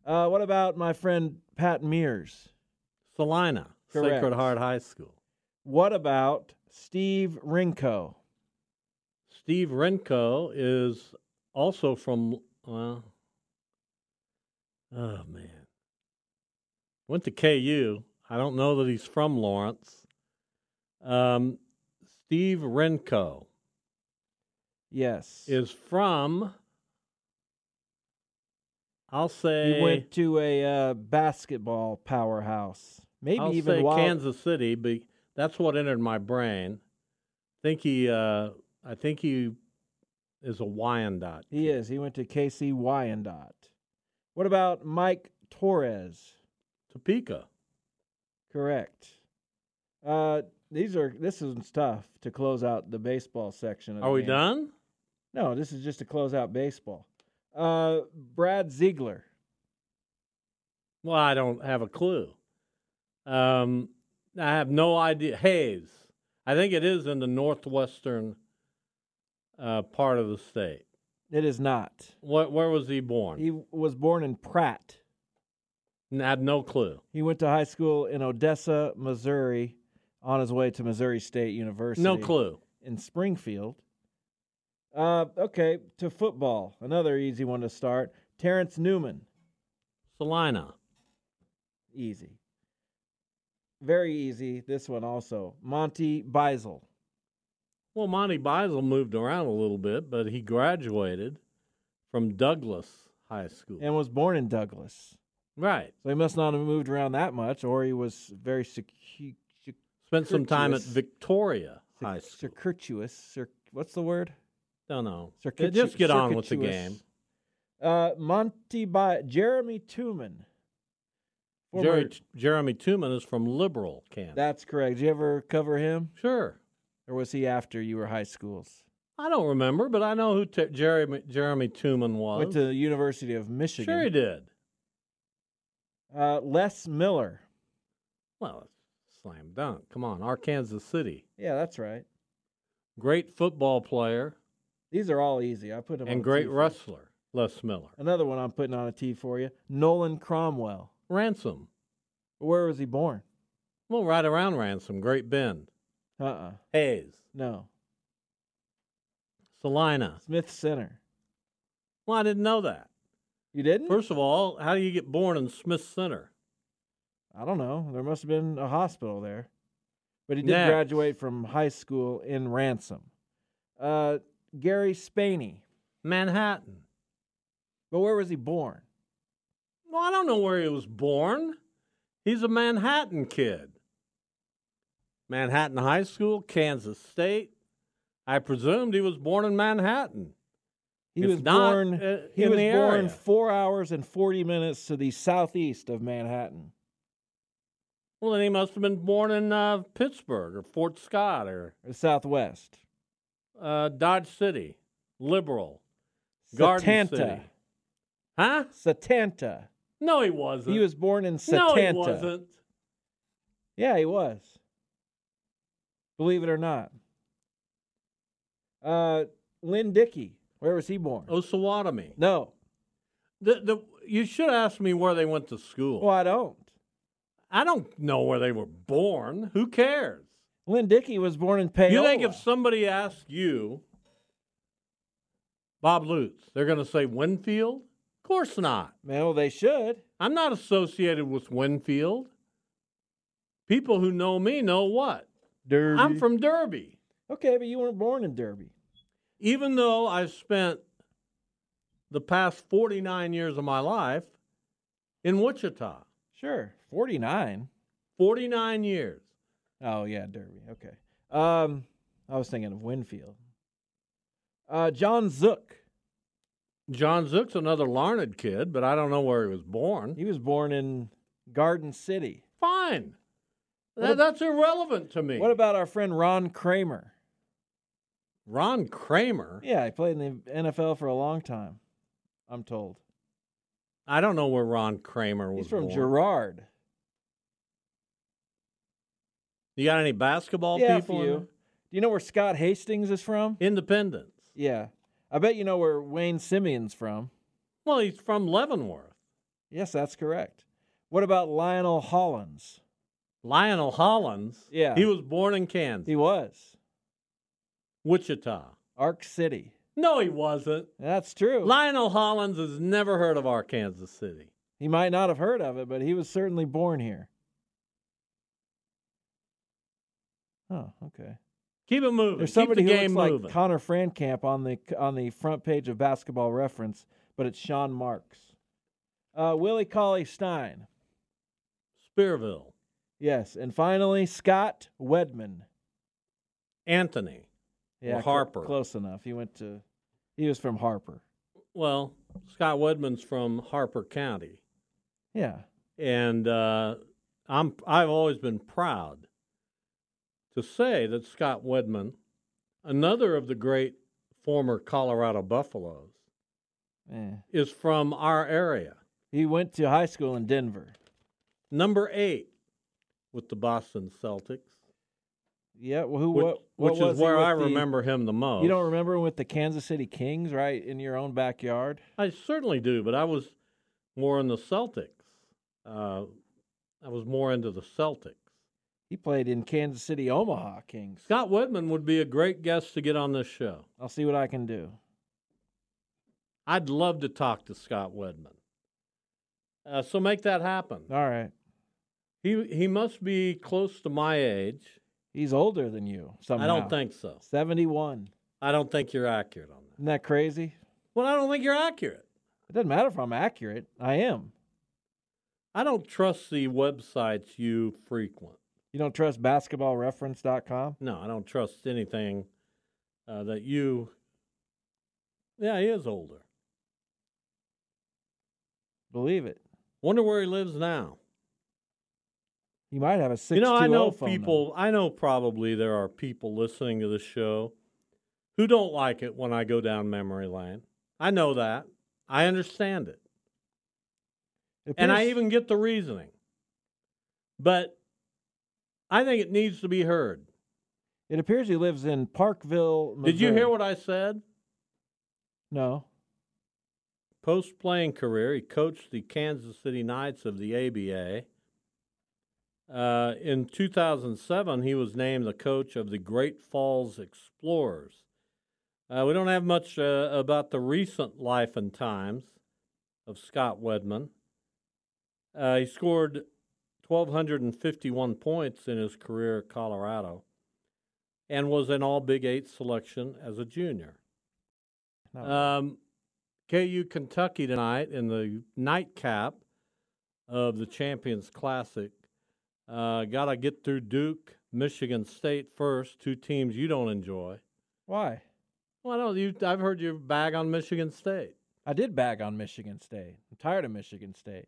[SPEAKER 5] Uh, what about my friend Pat Mears?
[SPEAKER 10] Salina, Sacred
[SPEAKER 5] Correct.
[SPEAKER 10] Heart High School.
[SPEAKER 5] What about Steve Rinko?
[SPEAKER 10] Steve Renko is also from, well, oh man. Went to KU. I don't know that he's from Lawrence. Um, Steve Renko
[SPEAKER 5] Yes,
[SPEAKER 10] is from, I'll say,
[SPEAKER 5] he went to a uh, basketball powerhouse. Maybe
[SPEAKER 10] I'll
[SPEAKER 5] even
[SPEAKER 10] say
[SPEAKER 5] Wild-
[SPEAKER 10] Kansas City, but that's what entered my brain. think he, uh, I think he is a Wyandotte.
[SPEAKER 5] He is. He went to KC Wyandotte. What about Mike Torres?
[SPEAKER 10] Topeka.
[SPEAKER 5] Correct. Uh, these are this is tough to close out the baseball section. Of the
[SPEAKER 10] Are we
[SPEAKER 5] game.
[SPEAKER 10] done?
[SPEAKER 5] No, this is just to close out baseball. Uh, Brad Ziegler.
[SPEAKER 10] Well, I don't have a clue. Um, I have no idea. Hayes. I think it is in the northwestern uh, part of the state.
[SPEAKER 5] It is not.
[SPEAKER 10] What? Where was he born?
[SPEAKER 5] He was born in Pratt.
[SPEAKER 10] I had no clue.
[SPEAKER 5] He went to high school in Odessa, Missouri, on his way to Missouri State University.
[SPEAKER 10] No clue.
[SPEAKER 5] In Springfield. Uh, okay, to football. Another easy one to start. Terrence Newman.
[SPEAKER 11] Salina.
[SPEAKER 5] Easy. Very easy. This one also. Monty Beisel.
[SPEAKER 11] Well, Monty Beisel moved around a little bit, but he graduated from Douglas High School
[SPEAKER 5] and was born in Douglas.
[SPEAKER 11] Right.
[SPEAKER 5] So he must not have moved around that much, or he was very secu- secu-
[SPEAKER 11] Spent some time at Victoria
[SPEAKER 5] cir-
[SPEAKER 11] High School.
[SPEAKER 5] Circuitous. Cir- what's the word?
[SPEAKER 11] Don't know.
[SPEAKER 5] Circuitu-
[SPEAKER 11] Just get on with the
[SPEAKER 5] circuitous.
[SPEAKER 11] game.
[SPEAKER 5] Uh, Monty Bi- Jeremy Tooman.
[SPEAKER 11] Jerry, Jeremy Tooman is from Liberal, Kansas.
[SPEAKER 5] That's correct. Did you ever cover him?
[SPEAKER 11] Sure.
[SPEAKER 5] Or was he after you were high schools?
[SPEAKER 11] I don't remember, but I know who t- Jeremy Jeremy Tooman was.
[SPEAKER 5] Went to the University of Michigan.
[SPEAKER 11] Sure, he did.
[SPEAKER 5] Uh, Les Miller.
[SPEAKER 11] Well, it's slam dunk. Come on, Arkansas City,
[SPEAKER 5] Yeah, that's right.
[SPEAKER 11] great football player
[SPEAKER 5] These are all easy. I put them on
[SPEAKER 11] and
[SPEAKER 5] a
[SPEAKER 11] great
[SPEAKER 5] T for-
[SPEAKER 11] wrestler, Les Miller.
[SPEAKER 5] Another one I'm putting on a T for you. Nolan Cromwell.
[SPEAKER 11] Ransom.
[SPEAKER 5] Where was he born?
[SPEAKER 11] Well, right around Ransom, Great Bend,
[SPEAKER 5] Uh uh
[SPEAKER 11] Hayes,
[SPEAKER 5] No.
[SPEAKER 11] Salina.
[SPEAKER 5] Smith Center.
[SPEAKER 11] Well, I didn't know that.
[SPEAKER 5] You didn't?
[SPEAKER 11] First of all, how do you get born in Smith Center?
[SPEAKER 5] I don't know. There must have been a hospital there. But he did
[SPEAKER 11] Next.
[SPEAKER 5] graduate from high school in Ransom. Uh, Gary Spaney.
[SPEAKER 11] Manhattan.
[SPEAKER 5] But where was he born?
[SPEAKER 11] Well, I don't know where he was born. He's a Manhattan kid. Manhattan High School, Kansas State. I presumed he was born in Manhattan.
[SPEAKER 5] He
[SPEAKER 11] If
[SPEAKER 5] was
[SPEAKER 11] not,
[SPEAKER 5] born.
[SPEAKER 11] uh,
[SPEAKER 5] he
[SPEAKER 11] in
[SPEAKER 5] was
[SPEAKER 11] the
[SPEAKER 5] born
[SPEAKER 11] area.
[SPEAKER 5] four hours and forty minutes to the southeast of Manhattan.
[SPEAKER 11] Well, then he must have been born in uh, Pittsburgh or Fort Scott or
[SPEAKER 5] or Southwest.
[SPEAKER 11] uh, Dodge City, Liberal, Garden
[SPEAKER 5] Satanta.
[SPEAKER 11] City. Huh?
[SPEAKER 5] Satanta.
[SPEAKER 11] No, he wasn't.
[SPEAKER 5] He was born in
[SPEAKER 11] No,
[SPEAKER 5] Satanta.
[SPEAKER 11] he wasn't.
[SPEAKER 5] Yeah, he was. Believe it or not. Uh, Lynn Dickey. Where was he born?
[SPEAKER 11] Osawatomie.
[SPEAKER 5] No.
[SPEAKER 11] Oh, The, the, you should ask me where they went to school.
[SPEAKER 5] Well, I don't.
[SPEAKER 11] I don't know where they were born. Who cares?
[SPEAKER 5] Lynn Dickey was born in Payola.
[SPEAKER 11] You think if somebody asks you, Bob Lutz, they're going to say Winfield? Of course not.
[SPEAKER 5] Well, they should.
[SPEAKER 11] I'm not associated with Winfield. People who know me know what?
[SPEAKER 5] Derby.
[SPEAKER 11] I'm from Derby.
[SPEAKER 5] Okay, but you weren't born in Derby.
[SPEAKER 11] Even though I've spent the past 49 years of my life in Wichita,
[SPEAKER 5] Sure. 49.
[SPEAKER 11] 49 years.
[SPEAKER 5] Oh, yeah, Derby. Okay. Um, I was thinking of Winfield. Uh, John Zook.
[SPEAKER 11] John Zook's another Larned kid, but I don't know where he was born.
[SPEAKER 5] He was born in Garden City.
[SPEAKER 11] Fine.
[SPEAKER 5] What
[SPEAKER 11] That-
[SPEAKER 5] ab-
[SPEAKER 11] that's irrelevant to me.
[SPEAKER 5] What about our friend Ron Kramer?
[SPEAKER 11] Ron Kramer?
[SPEAKER 5] Yeah, he played in the NFL for a long time, I'm told.
[SPEAKER 11] I don't know where Ron Kramer was
[SPEAKER 5] He's from
[SPEAKER 11] born.
[SPEAKER 5] Gerard.
[SPEAKER 11] You got any basketball
[SPEAKER 5] yeah, a
[SPEAKER 11] people? in
[SPEAKER 5] few.
[SPEAKER 11] there?
[SPEAKER 5] Do you know where Scott Hastings is from?
[SPEAKER 11] Independence.
[SPEAKER 5] Yeah. I bet you know where Wayne Simeon's from.
[SPEAKER 11] Well, he's from Leavenworth.
[SPEAKER 5] Yes, that's correct. What about Lionel Hollins?
[SPEAKER 11] Lionel Hollins.
[SPEAKER 5] Yeah.
[SPEAKER 11] He was born in Kansas,
[SPEAKER 5] He was.
[SPEAKER 11] Wichita.
[SPEAKER 5] Arc City.
[SPEAKER 11] No, he wasn't.
[SPEAKER 5] That's true.
[SPEAKER 11] Lionel Hollins has never heard of Arkansas City.
[SPEAKER 5] he might not have heard of it, but he was certainly born here. Oh, okay.
[SPEAKER 11] Keep it moving.
[SPEAKER 5] There's somebody
[SPEAKER 11] Keep
[SPEAKER 5] who
[SPEAKER 11] the game
[SPEAKER 5] looks
[SPEAKER 11] moving.
[SPEAKER 5] like Connor Frankamp on the on the front page of Basketball Reference, but it's Sean Marks. Uh, Willie Cauley Stein.
[SPEAKER 11] Spearville.
[SPEAKER 5] Yes, and finally Scott Wedman.
[SPEAKER 11] Anthony.
[SPEAKER 5] Yeah,
[SPEAKER 11] Or
[SPEAKER 5] cl-
[SPEAKER 11] Harper.
[SPEAKER 5] close enough. He went to. He was from Harper.
[SPEAKER 11] Well, Scott Woodman's from Harper County.
[SPEAKER 5] Yeah.
[SPEAKER 11] and uh, I'm I've always been proud to say that Scott Wedman, another of the great former Colorado Buffaloes,
[SPEAKER 5] Eh.
[SPEAKER 11] is from our area.
[SPEAKER 5] He went to high school in Denver.
[SPEAKER 11] Number eight with the Boston Celtics,
[SPEAKER 5] Yeah. Well, who?
[SPEAKER 11] which,
[SPEAKER 5] what, what
[SPEAKER 11] which
[SPEAKER 5] was
[SPEAKER 11] is
[SPEAKER 5] he
[SPEAKER 11] where
[SPEAKER 5] with
[SPEAKER 11] I
[SPEAKER 5] the-
[SPEAKER 11] remember him the most.
[SPEAKER 5] You don't remember him with the Kansas City Kings, right? In your own backyard.
[SPEAKER 11] I certainly do, but I was more in the Celtics. Uh, I was more into the Celtics.
[SPEAKER 5] He played in Kansas City, Omaha Kings.
[SPEAKER 10] Scott Whitman would be a great guest to get on this show.
[SPEAKER 5] I'll see what I can do.
[SPEAKER 10] I'd love to talk to Scott Whitman. Uh, so make that happen.
[SPEAKER 5] All right.
[SPEAKER 10] He he must be close to my age.
[SPEAKER 5] He's older than you. Somehow.
[SPEAKER 10] I don't think so.
[SPEAKER 5] Seventy-one.
[SPEAKER 10] I don't think you're accurate on that.
[SPEAKER 5] Isn't that crazy?
[SPEAKER 10] Well, I don't think you're accurate.
[SPEAKER 5] It doesn't matter if I'm accurate. I am.
[SPEAKER 10] I don't trust the websites you frequent.
[SPEAKER 5] You don't trust basketballreference.com?
[SPEAKER 10] No, I don't trust anything uh, that you. Yeah, he is older.
[SPEAKER 5] Believe it.
[SPEAKER 10] Wonder where he lives now.
[SPEAKER 5] He might have a six. oh
[SPEAKER 10] You know, I know
[SPEAKER 5] phone
[SPEAKER 10] people.
[SPEAKER 5] number.
[SPEAKER 10] I know probably there are people listening to the show who don't like it when I go down memory lane. I know that. I understand it,
[SPEAKER 5] It
[SPEAKER 10] and I
[SPEAKER 5] appears-
[SPEAKER 10] even get the reasoning. But I think it needs to be heard.
[SPEAKER 5] It appears he lives in Parkville. Missouri.
[SPEAKER 10] Did you hear what I said?
[SPEAKER 5] No.
[SPEAKER 10] Post playing career, he coached the Kansas City Knights of the ABA. Uh, in 2007, he was named the coach of the Great Falls Explorers. Uh, we don't have much uh, about the recent life and times of Scott Wedman. Uh, he scored 1,251 points in his career at Colorado and was an All Big Eight selection as a junior.
[SPEAKER 5] No.
[SPEAKER 10] Um, KU Kentucky tonight in the nightcap of the Champions Classic. Uh, Got to get through Duke, Michigan State first, two teams you don't enjoy.
[SPEAKER 5] Why?
[SPEAKER 10] Well, I don't. You, I've heard you bag on Michigan State,
[SPEAKER 5] I did bag on Michigan State. I'm tired of Michigan State.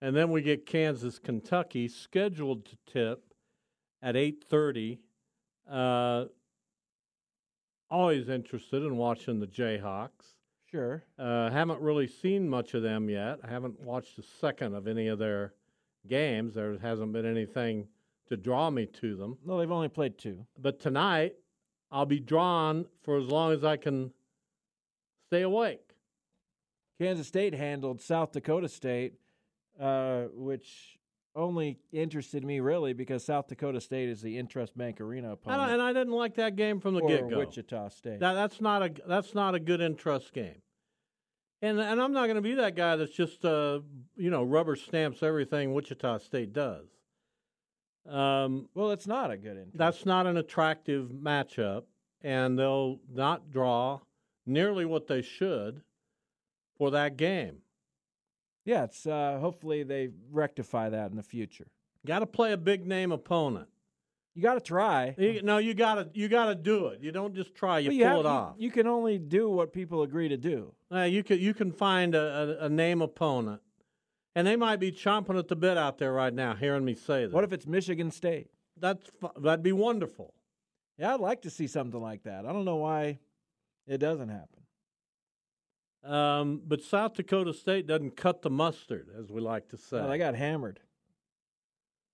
[SPEAKER 10] and then we get Kansas, Kentucky scheduled to tip at eight thirty. Uh, always interested in watching the Jayhawks.
[SPEAKER 5] Sure.
[SPEAKER 10] Uh, haven't really seen much of them yet. I haven't watched a second of any of their games. There hasn't been anything to draw me to them.
[SPEAKER 5] No, they've only played two.
[SPEAKER 10] But tonight, I'll be drawn for as long as I can stay awake.
[SPEAKER 5] Kansas State handled South Dakota State, uh, which only interested me really because South Dakota State is the Interest Bank Arena
[SPEAKER 10] I don't,
[SPEAKER 5] opponent
[SPEAKER 10] and I didn't like that game from the
[SPEAKER 5] for
[SPEAKER 10] get go.
[SPEAKER 5] Wichita State.
[SPEAKER 10] That, that's not a that's not a good interest game. And and I'm not going to be that guy that's just uh you know rubber stamps everything Wichita State does. Um,
[SPEAKER 5] well, it's not a good interest.
[SPEAKER 10] that's not an attractive matchup, and they'll not draw nearly what they should for that game.
[SPEAKER 5] yeah, it's uh, hopefully they rectify that in the future.
[SPEAKER 10] Got to play a big name opponent.
[SPEAKER 5] You got to try.
[SPEAKER 10] You- no, you got to you got to do it. You don't just try. You
[SPEAKER 5] Well,
[SPEAKER 10] pull
[SPEAKER 5] have-
[SPEAKER 10] it off.
[SPEAKER 5] You can only do what people agree to do.
[SPEAKER 10] Uh, you can you can find a, a, a name opponent, and they might be chomping at the bit out there right now, hearing me say that.
[SPEAKER 5] What if it's Michigan State?
[SPEAKER 10] That's fu- that'd be wonderful.
[SPEAKER 5] Yeah, I'd like to see something like that. I don't know why it doesn't happen.
[SPEAKER 10] Um, but South Dakota State doesn't cut the mustard, as we like to say.
[SPEAKER 5] Well, they got hammered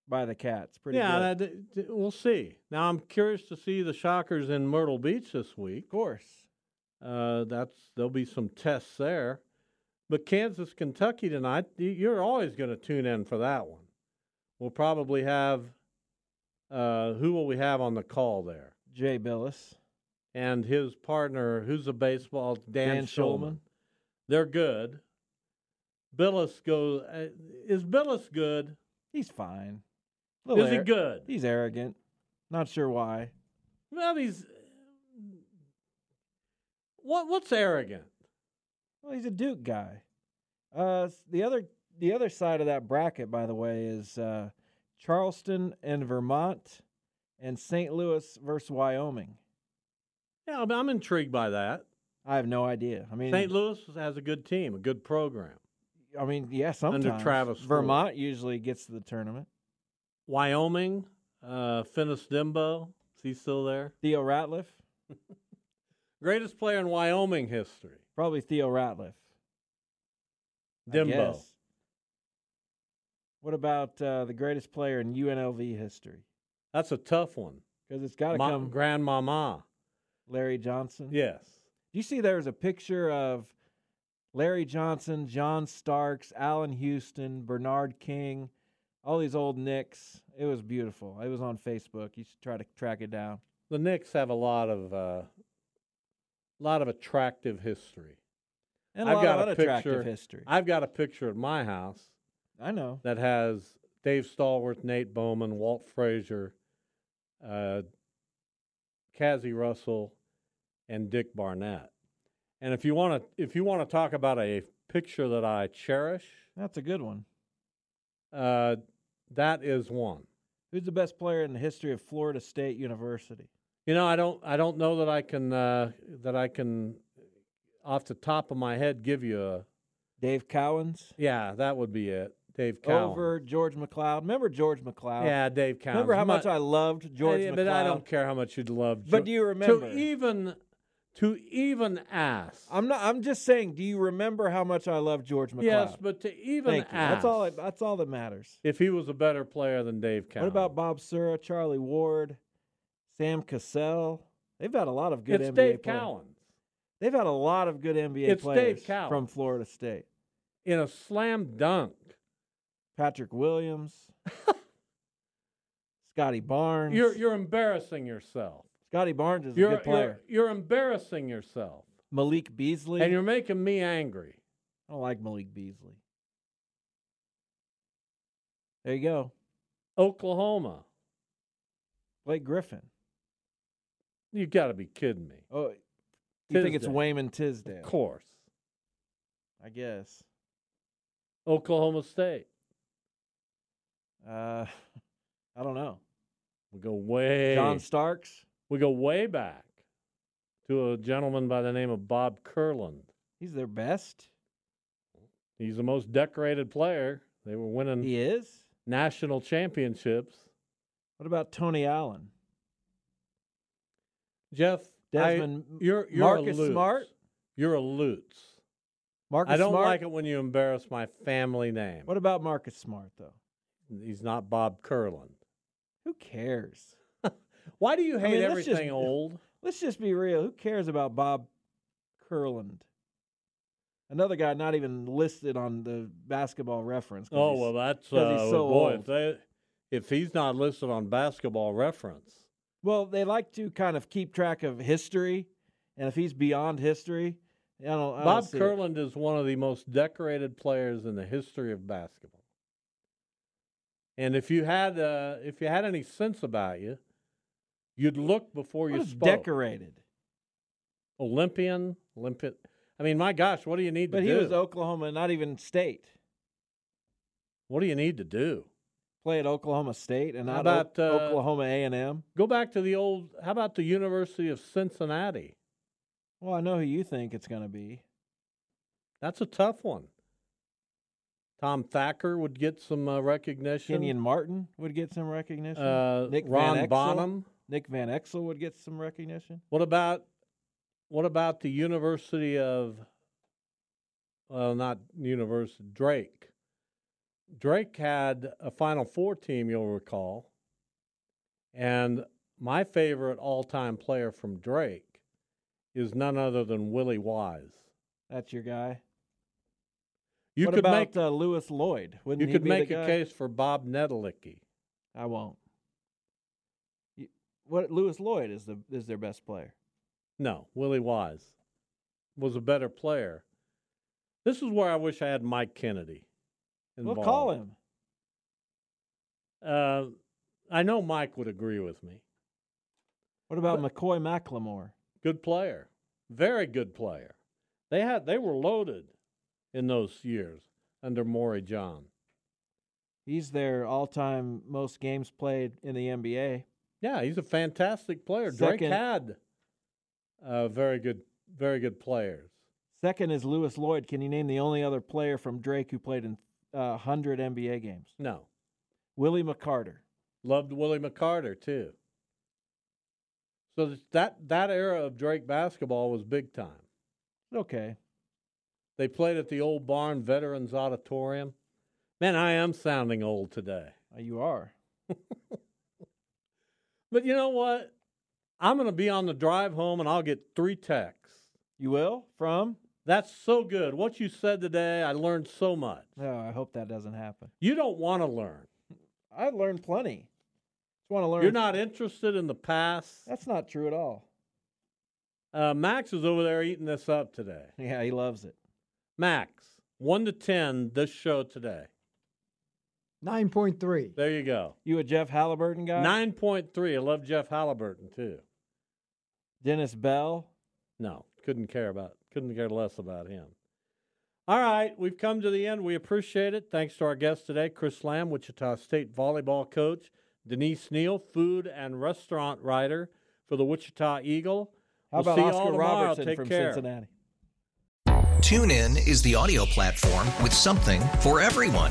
[SPEAKER 5] by the Cats. Pretty
[SPEAKER 10] yeah, that-
[SPEAKER 5] good.
[SPEAKER 10] that- that- we'll see. Now I'm curious to see the Shockers in Myrtle Beach this week.
[SPEAKER 5] of course.
[SPEAKER 10] Uh, that's there'll be some tests there, but Kansas Kentucky tonight. y- You're always going to tune in for that one. We'll probably have. Uh, who will we have on the call there?
[SPEAKER 5] Jay Billis,
[SPEAKER 10] and his partner, who's a baseball, Dan,
[SPEAKER 5] Dan
[SPEAKER 10] Schulman.
[SPEAKER 5] Schulman.
[SPEAKER 10] They're good. Billis goes. Uh, is Billis good?
[SPEAKER 5] He's fine.
[SPEAKER 10] Is he
[SPEAKER 5] ar-
[SPEAKER 10] good?
[SPEAKER 5] He's arrogant. Not sure why.
[SPEAKER 10] Well, he's what? What's arrogant?
[SPEAKER 5] Well, he's a Duke guy. Uh, s- the other the other side of that bracket, by the way, is uh, Charleston and Vermont, and St. Louis versus Wyoming.
[SPEAKER 10] Yeah, I'm- I'm intrigued by that.
[SPEAKER 5] I have no idea. I mean,
[SPEAKER 10] St. Louis has a good team, a good program.
[SPEAKER 5] I mean, yeah, sometimes
[SPEAKER 10] Travis Ford.
[SPEAKER 5] Vermont usually gets to the tournament.
[SPEAKER 10] Wyoming, uh, Finnis Dimbo, is he still there?
[SPEAKER 5] Theo Ratliff,
[SPEAKER 10] Greatest player in Wyoming history,
[SPEAKER 5] probably Theo Ratliff. I
[SPEAKER 10] Dimbo.
[SPEAKER 5] guess. What about uh, the greatest player in UNLV history?
[SPEAKER 10] That's a tough one.
[SPEAKER 5] Because it's got to
[SPEAKER 10] Ma-
[SPEAKER 5] come
[SPEAKER 10] Grandmama.
[SPEAKER 5] Larry Johnson.
[SPEAKER 10] Yes.
[SPEAKER 5] You see, there was a picture of Larry Johnson, John Starks, Allen Houston, Bernard King, all these old Knicks. It was beautiful. It was on Facebook. You should try to track it down.
[SPEAKER 11] The Knicks have a lot of a uh, lot of attractive history.
[SPEAKER 5] And a lot of unattractive
[SPEAKER 11] picture,
[SPEAKER 5] history.
[SPEAKER 11] I've got a picture at my house.
[SPEAKER 5] I know.
[SPEAKER 11] that has Dave Stallworth, Nate Bowman, Walt Frazier, uh, Cassie Russell, and Dick Barnett. And if you want to, if you want to talk about a picture that I cherish,
[SPEAKER 5] That's a good one.
[SPEAKER 11] uh, that is one.
[SPEAKER 5] Who's the best player in the history of Florida State University?
[SPEAKER 11] You know, I don't, I don't know that I can, uh, that I can, off the top of my head, give you a.
[SPEAKER 5] Dave Cowens.
[SPEAKER 11] Yeah, that would be it. Dave Cowens.
[SPEAKER 5] Over George McLeod. Remember George McLeod?
[SPEAKER 11] Yeah, Dave Cowens.
[SPEAKER 5] Remember how
[SPEAKER 11] My-
[SPEAKER 5] much I loved George
[SPEAKER 11] Uh, Yeah,
[SPEAKER 5] McLeod?
[SPEAKER 11] But I don't care how much you love.
[SPEAKER 5] But
[SPEAKER 11] Geor-
[SPEAKER 5] do you remember?
[SPEAKER 11] To even, to even ask.
[SPEAKER 5] I'm not. I'm just saying. Do you remember how much I loved George McLeod?
[SPEAKER 11] Yes, but to even
[SPEAKER 5] Thank you.
[SPEAKER 11] ask.
[SPEAKER 5] That's all. It, that's all that matters.
[SPEAKER 11] If he was a better player than Dave Cowens.
[SPEAKER 5] What about Bob Sura, Charlie Ward, Sam Cassell? They've had a lot of good
[SPEAKER 11] it's
[SPEAKER 5] NBA
[SPEAKER 11] Dave
[SPEAKER 5] players.
[SPEAKER 11] Cowens
[SPEAKER 5] They've had a lot of good NBA
[SPEAKER 11] It's Dave
[SPEAKER 5] players
[SPEAKER 11] Cowens.
[SPEAKER 5] from Florida State.
[SPEAKER 11] in a slam dunk?
[SPEAKER 5] Patrick Williams, Scotty Barnes.
[SPEAKER 11] You're you're embarrassing yourself.
[SPEAKER 5] Scotty Barnes is
[SPEAKER 11] You're,
[SPEAKER 5] a good player.
[SPEAKER 11] you're you're embarrassing yourself,
[SPEAKER 5] Malik Beasley.
[SPEAKER 11] and you're making me angry.
[SPEAKER 5] I don't like Malik Beasley. There you go.
[SPEAKER 11] Oklahoma,
[SPEAKER 5] Blake Griffin.
[SPEAKER 11] you got to be kidding me.
[SPEAKER 5] Oh, you think it's
[SPEAKER 11] Tisdale.
[SPEAKER 5] Wayman Tisdale?
[SPEAKER 11] Of course,
[SPEAKER 5] I guess.
[SPEAKER 11] Oklahoma State.
[SPEAKER 5] Uh, I don't know.
[SPEAKER 11] We go way.
[SPEAKER 5] John Starks.
[SPEAKER 11] we go way back to a gentleman by the name of Bob Curland.
[SPEAKER 5] He's their best.
[SPEAKER 11] He's the most decorated player. They were winning
[SPEAKER 5] He is.
[SPEAKER 11] national championships.
[SPEAKER 5] What about Tony Allen?
[SPEAKER 11] Jeff,
[SPEAKER 5] Desmond.
[SPEAKER 11] I, you're, you're
[SPEAKER 5] Marcus
[SPEAKER 11] a Lutz.
[SPEAKER 5] Smart.
[SPEAKER 11] You're a Lutz.
[SPEAKER 5] Marcus
[SPEAKER 11] I don't
[SPEAKER 5] Smart.
[SPEAKER 11] like it when you embarrass my family name.
[SPEAKER 5] What about Marcus Smart though?
[SPEAKER 11] He's not Bob Curland.
[SPEAKER 5] Who cares?
[SPEAKER 11] Why do you
[SPEAKER 5] I
[SPEAKER 11] hate
[SPEAKER 5] mean, let's just-
[SPEAKER 11] everything old?
[SPEAKER 5] Let's just be real. Who cares about Bob Curland? Another guy not even listed on the basketball reference. 'cause
[SPEAKER 11] Oh
[SPEAKER 5] he's-
[SPEAKER 11] well, that's uh,
[SPEAKER 5] 'cause he's so
[SPEAKER 11] boy.
[SPEAKER 5] old.
[SPEAKER 11] If, they, if he's not listed on Basketball Reference,
[SPEAKER 5] Well, they like to kind of keep track of history, and if he's beyond history, I don't. I don't
[SPEAKER 11] Bob
[SPEAKER 5] see it.
[SPEAKER 11] Curland is one of the most decorated players in the history of basketball. And if you had uh, if you had any sense about you, you'd look before
[SPEAKER 5] What
[SPEAKER 11] you
[SPEAKER 5] is
[SPEAKER 11] spoke.
[SPEAKER 5] decorated,
[SPEAKER 11] Olympian, Olympian. I mean, my gosh, what do you need
[SPEAKER 5] but
[SPEAKER 11] to
[SPEAKER 5] he
[SPEAKER 11] do?
[SPEAKER 5] was Oklahoma, not even state.
[SPEAKER 11] what do you need to do?
[SPEAKER 5] Play at Oklahoma State and
[SPEAKER 11] How
[SPEAKER 5] not O-
[SPEAKER 11] about, uh,
[SPEAKER 5] Oklahoma A and M.
[SPEAKER 11] Go back to the old. How about the University of Cincinnati?
[SPEAKER 5] Well, I know who you think it's going to be.
[SPEAKER 11] That's a tough one. Tom Thacker would get some uh, recognition.
[SPEAKER 5] Kenyon Martin would get some recognition.
[SPEAKER 11] Uh,
[SPEAKER 5] Nick
[SPEAKER 11] Ron
[SPEAKER 5] Van Exel.
[SPEAKER 11] Bonham.
[SPEAKER 5] Nick Van Exel would get some recognition.
[SPEAKER 11] What about what about the University of well not University Drake. Drake had a Final Four team, you'll recall. And my favorite all time player from Drake is none other than Willie Wise.
[SPEAKER 5] That's your guy.
[SPEAKER 11] You
[SPEAKER 5] what
[SPEAKER 11] could
[SPEAKER 5] about
[SPEAKER 11] make
[SPEAKER 5] uh, Lewis Lloyd? Wouldn't
[SPEAKER 11] you
[SPEAKER 5] he
[SPEAKER 11] could
[SPEAKER 5] be
[SPEAKER 11] make
[SPEAKER 5] the
[SPEAKER 11] a
[SPEAKER 5] guy?
[SPEAKER 11] case for Bob Nedelicki.
[SPEAKER 5] I won't. You, what Lewis Lloyd is the is their best player.
[SPEAKER 11] No, Willie Wise was a better player. This is where I wish I had Mike Kennedy.
[SPEAKER 5] We'll
[SPEAKER 11] Involved.
[SPEAKER 5] call him.
[SPEAKER 11] Uh, I know Mike would agree with me.
[SPEAKER 5] What about McCoy McLemore?
[SPEAKER 11] Good player, very good player. They had they were loaded in those years under Maury John.
[SPEAKER 5] He's their all-time most games played in the NBA.
[SPEAKER 11] Yeah, he's a fantastic player. Drake
[SPEAKER 5] Second-
[SPEAKER 11] had uh, very good, very good players.
[SPEAKER 5] Second is Lewis Lloyd. Can you name the only other player from Drake who played in uh, 100 NBA games?
[SPEAKER 11] No,
[SPEAKER 5] Willie McCarter.
[SPEAKER 11] loved Willie McCarter too. So th- that that era of Drake basketball was big time.
[SPEAKER 5] Okay.
[SPEAKER 11] They played at the old barn Veterans Auditorium. Man, I am sounding old today.
[SPEAKER 5] Uh, you are.
[SPEAKER 11] But you know what? I'm going to be on the drive home and I'll get three texts.
[SPEAKER 5] You will? From?
[SPEAKER 11] That's so good. What you said today, I learned so much.
[SPEAKER 5] No, I hope that doesn't happen.
[SPEAKER 11] You don't want to learn.
[SPEAKER 12] I learned plenty. Just want to learn.
[SPEAKER 13] You're not interested in the past.
[SPEAKER 12] That's not true at all.
[SPEAKER 13] Uh, Max is over there eating this up today.
[SPEAKER 12] Yeah, he loves it.
[SPEAKER 13] Max, one to ten. This show today.
[SPEAKER 14] Nine point three.
[SPEAKER 13] There you go.
[SPEAKER 12] You a Jeff Halliburton guy?
[SPEAKER 13] Nine point three. I love Jeff Halliburton too.
[SPEAKER 12] Dennis Bell.
[SPEAKER 13] No, couldn't care about. Couldn't care less about him. All right, we've come to the end. We appreciate it. Thanks to our guest today, Chris Lamb, Wichita State volleyball coach, Denise Neal, food and restaurant writer for the Wichita Eagle. We'll
[SPEAKER 12] How about
[SPEAKER 13] see you all
[SPEAKER 12] Oscar
[SPEAKER 13] tomorrow.
[SPEAKER 12] Robertson
[SPEAKER 13] Take
[SPEAKER 12] from
[SPEAKER 13] care.
[SPEAKER 12] Cincinnati?
[SPEAKER 9] TuneIn is the audio platform with something for everyone.